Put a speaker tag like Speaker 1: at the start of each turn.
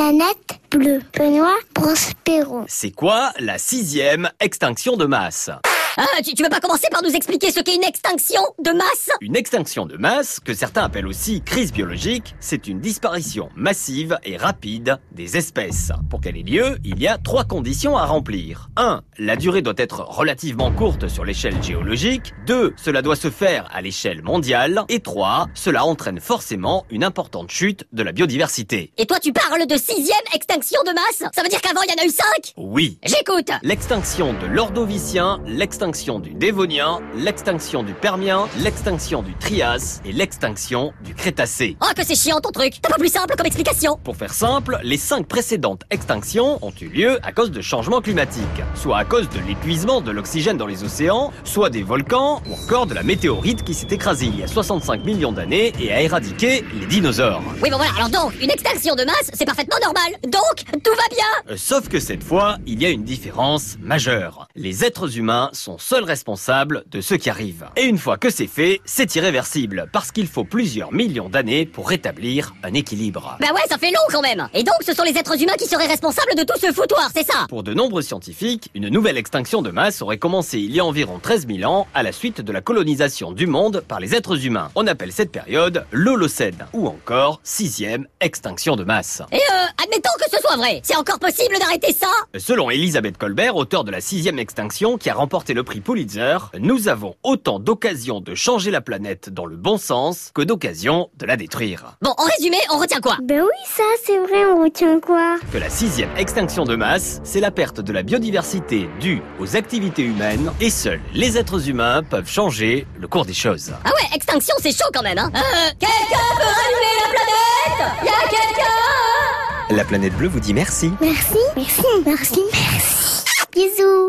Speaker 1: Planète bleue. Benoît Prospero.
Speaker 2: C'est quoi la sixième extinction de masse
Speaker 3: Hein, tu, tu veux pas commencer par nous expliquer ce qu'est une extinction de masse
Speaker 2: Une extinction de masse, que certains appellent aussi crise biologique, c'est une disparition massive et rapide des espèces. Pour qu'elle ait lieu, il y a trois conditions à remplir. 1. La durée doit être relativement courte sur l'échelle géologique. 2. Cela doit se faire à l'échelle mondiale. Et 3. Cela entraîne forcément une importante chute de la biodiversité.
Speaker 3: Et toi, tu parles de sixième extinction de masse Ça veut dire qu'avant, il y en a eu cinq
Speaker 2: Oui,
Speaker 3: J'écoute
Speaker 2: L'extinction de l'Ordovicien, l'extinction du Dévonien, l'extinction du Permien, l'extinction du Trias et l'extinction du Crétacé.
Speaker 3: Oh, que c'est chiant ton truc T'as pas plus simple comme explication
Speaker 2: Pour faire simple, les cinq précédentes extinctions ont eu lieu à cause de changements climatiques, soit à cause de l'épuisement de l'oxygène dans les océans, soit des volcans, ou encore de la météorite qui s'est écrasée il y a 65 millions d'années et a éradiqué les dinosaures.
Speaker 3: Oui, bon voilà, alors donc, une extinction de masse, c'est parfaitement normal Donc, tout va bien
Speaker 2: Euh, Sauf que cette fois, il y a une différence majeure. Les êtres humains sont seuls responsables de ce qui arrive. Et une fois que c'est fait, c'est irréversible, parce qu'il faut plusieurs millions d'années pour rétablir un équilibre.
Speaker 3: Bah ouais, ça fait long quand même Et donc, ce sont les êtres humains qui seraient responsables de tout ce foutoir, c'est ça
Speaker 2: Pour de nombreux scientifiques, une nouvelle extinction de masse aurait commencé il y a environ 13 000 ans à la suite de la colonisation du monde par les êtres humains. On appelle cette période l'Holocène, ou encore sixième extinction de masse.
Speaker 3: Et euh, admettons que ce soit vrai C'est encore possible d'arrêter ça
Speaker 2: Selon Elisabeth Colbert, auteure de la sixième extinction qui a remporté le prix Pulitzer, nous avons autant d'occasions de changer la planète dans le bon sens que d'occasions de la détruire.
Speaker 3: Bon, en résumé, on retient quoi
Speaker 1: Ben oui, ça, c'est vrai, on retient quoi
Speaker 2: Que la sixième extinction de masse, c'est la perte de la biodiversité due aux activités humaines et seuls les êtres humains peuvent changer le cours des choses.
Speaker 3: Ah ouais, extinction, c'est chaud quand même, hein Euh, quelqu'un peut rallumer la planète Y'a quelqu'un
Speaker 2: La planète bleue vous dit merci.
Speaker 1: Merci. Merci. Merci. Merci. Bisous.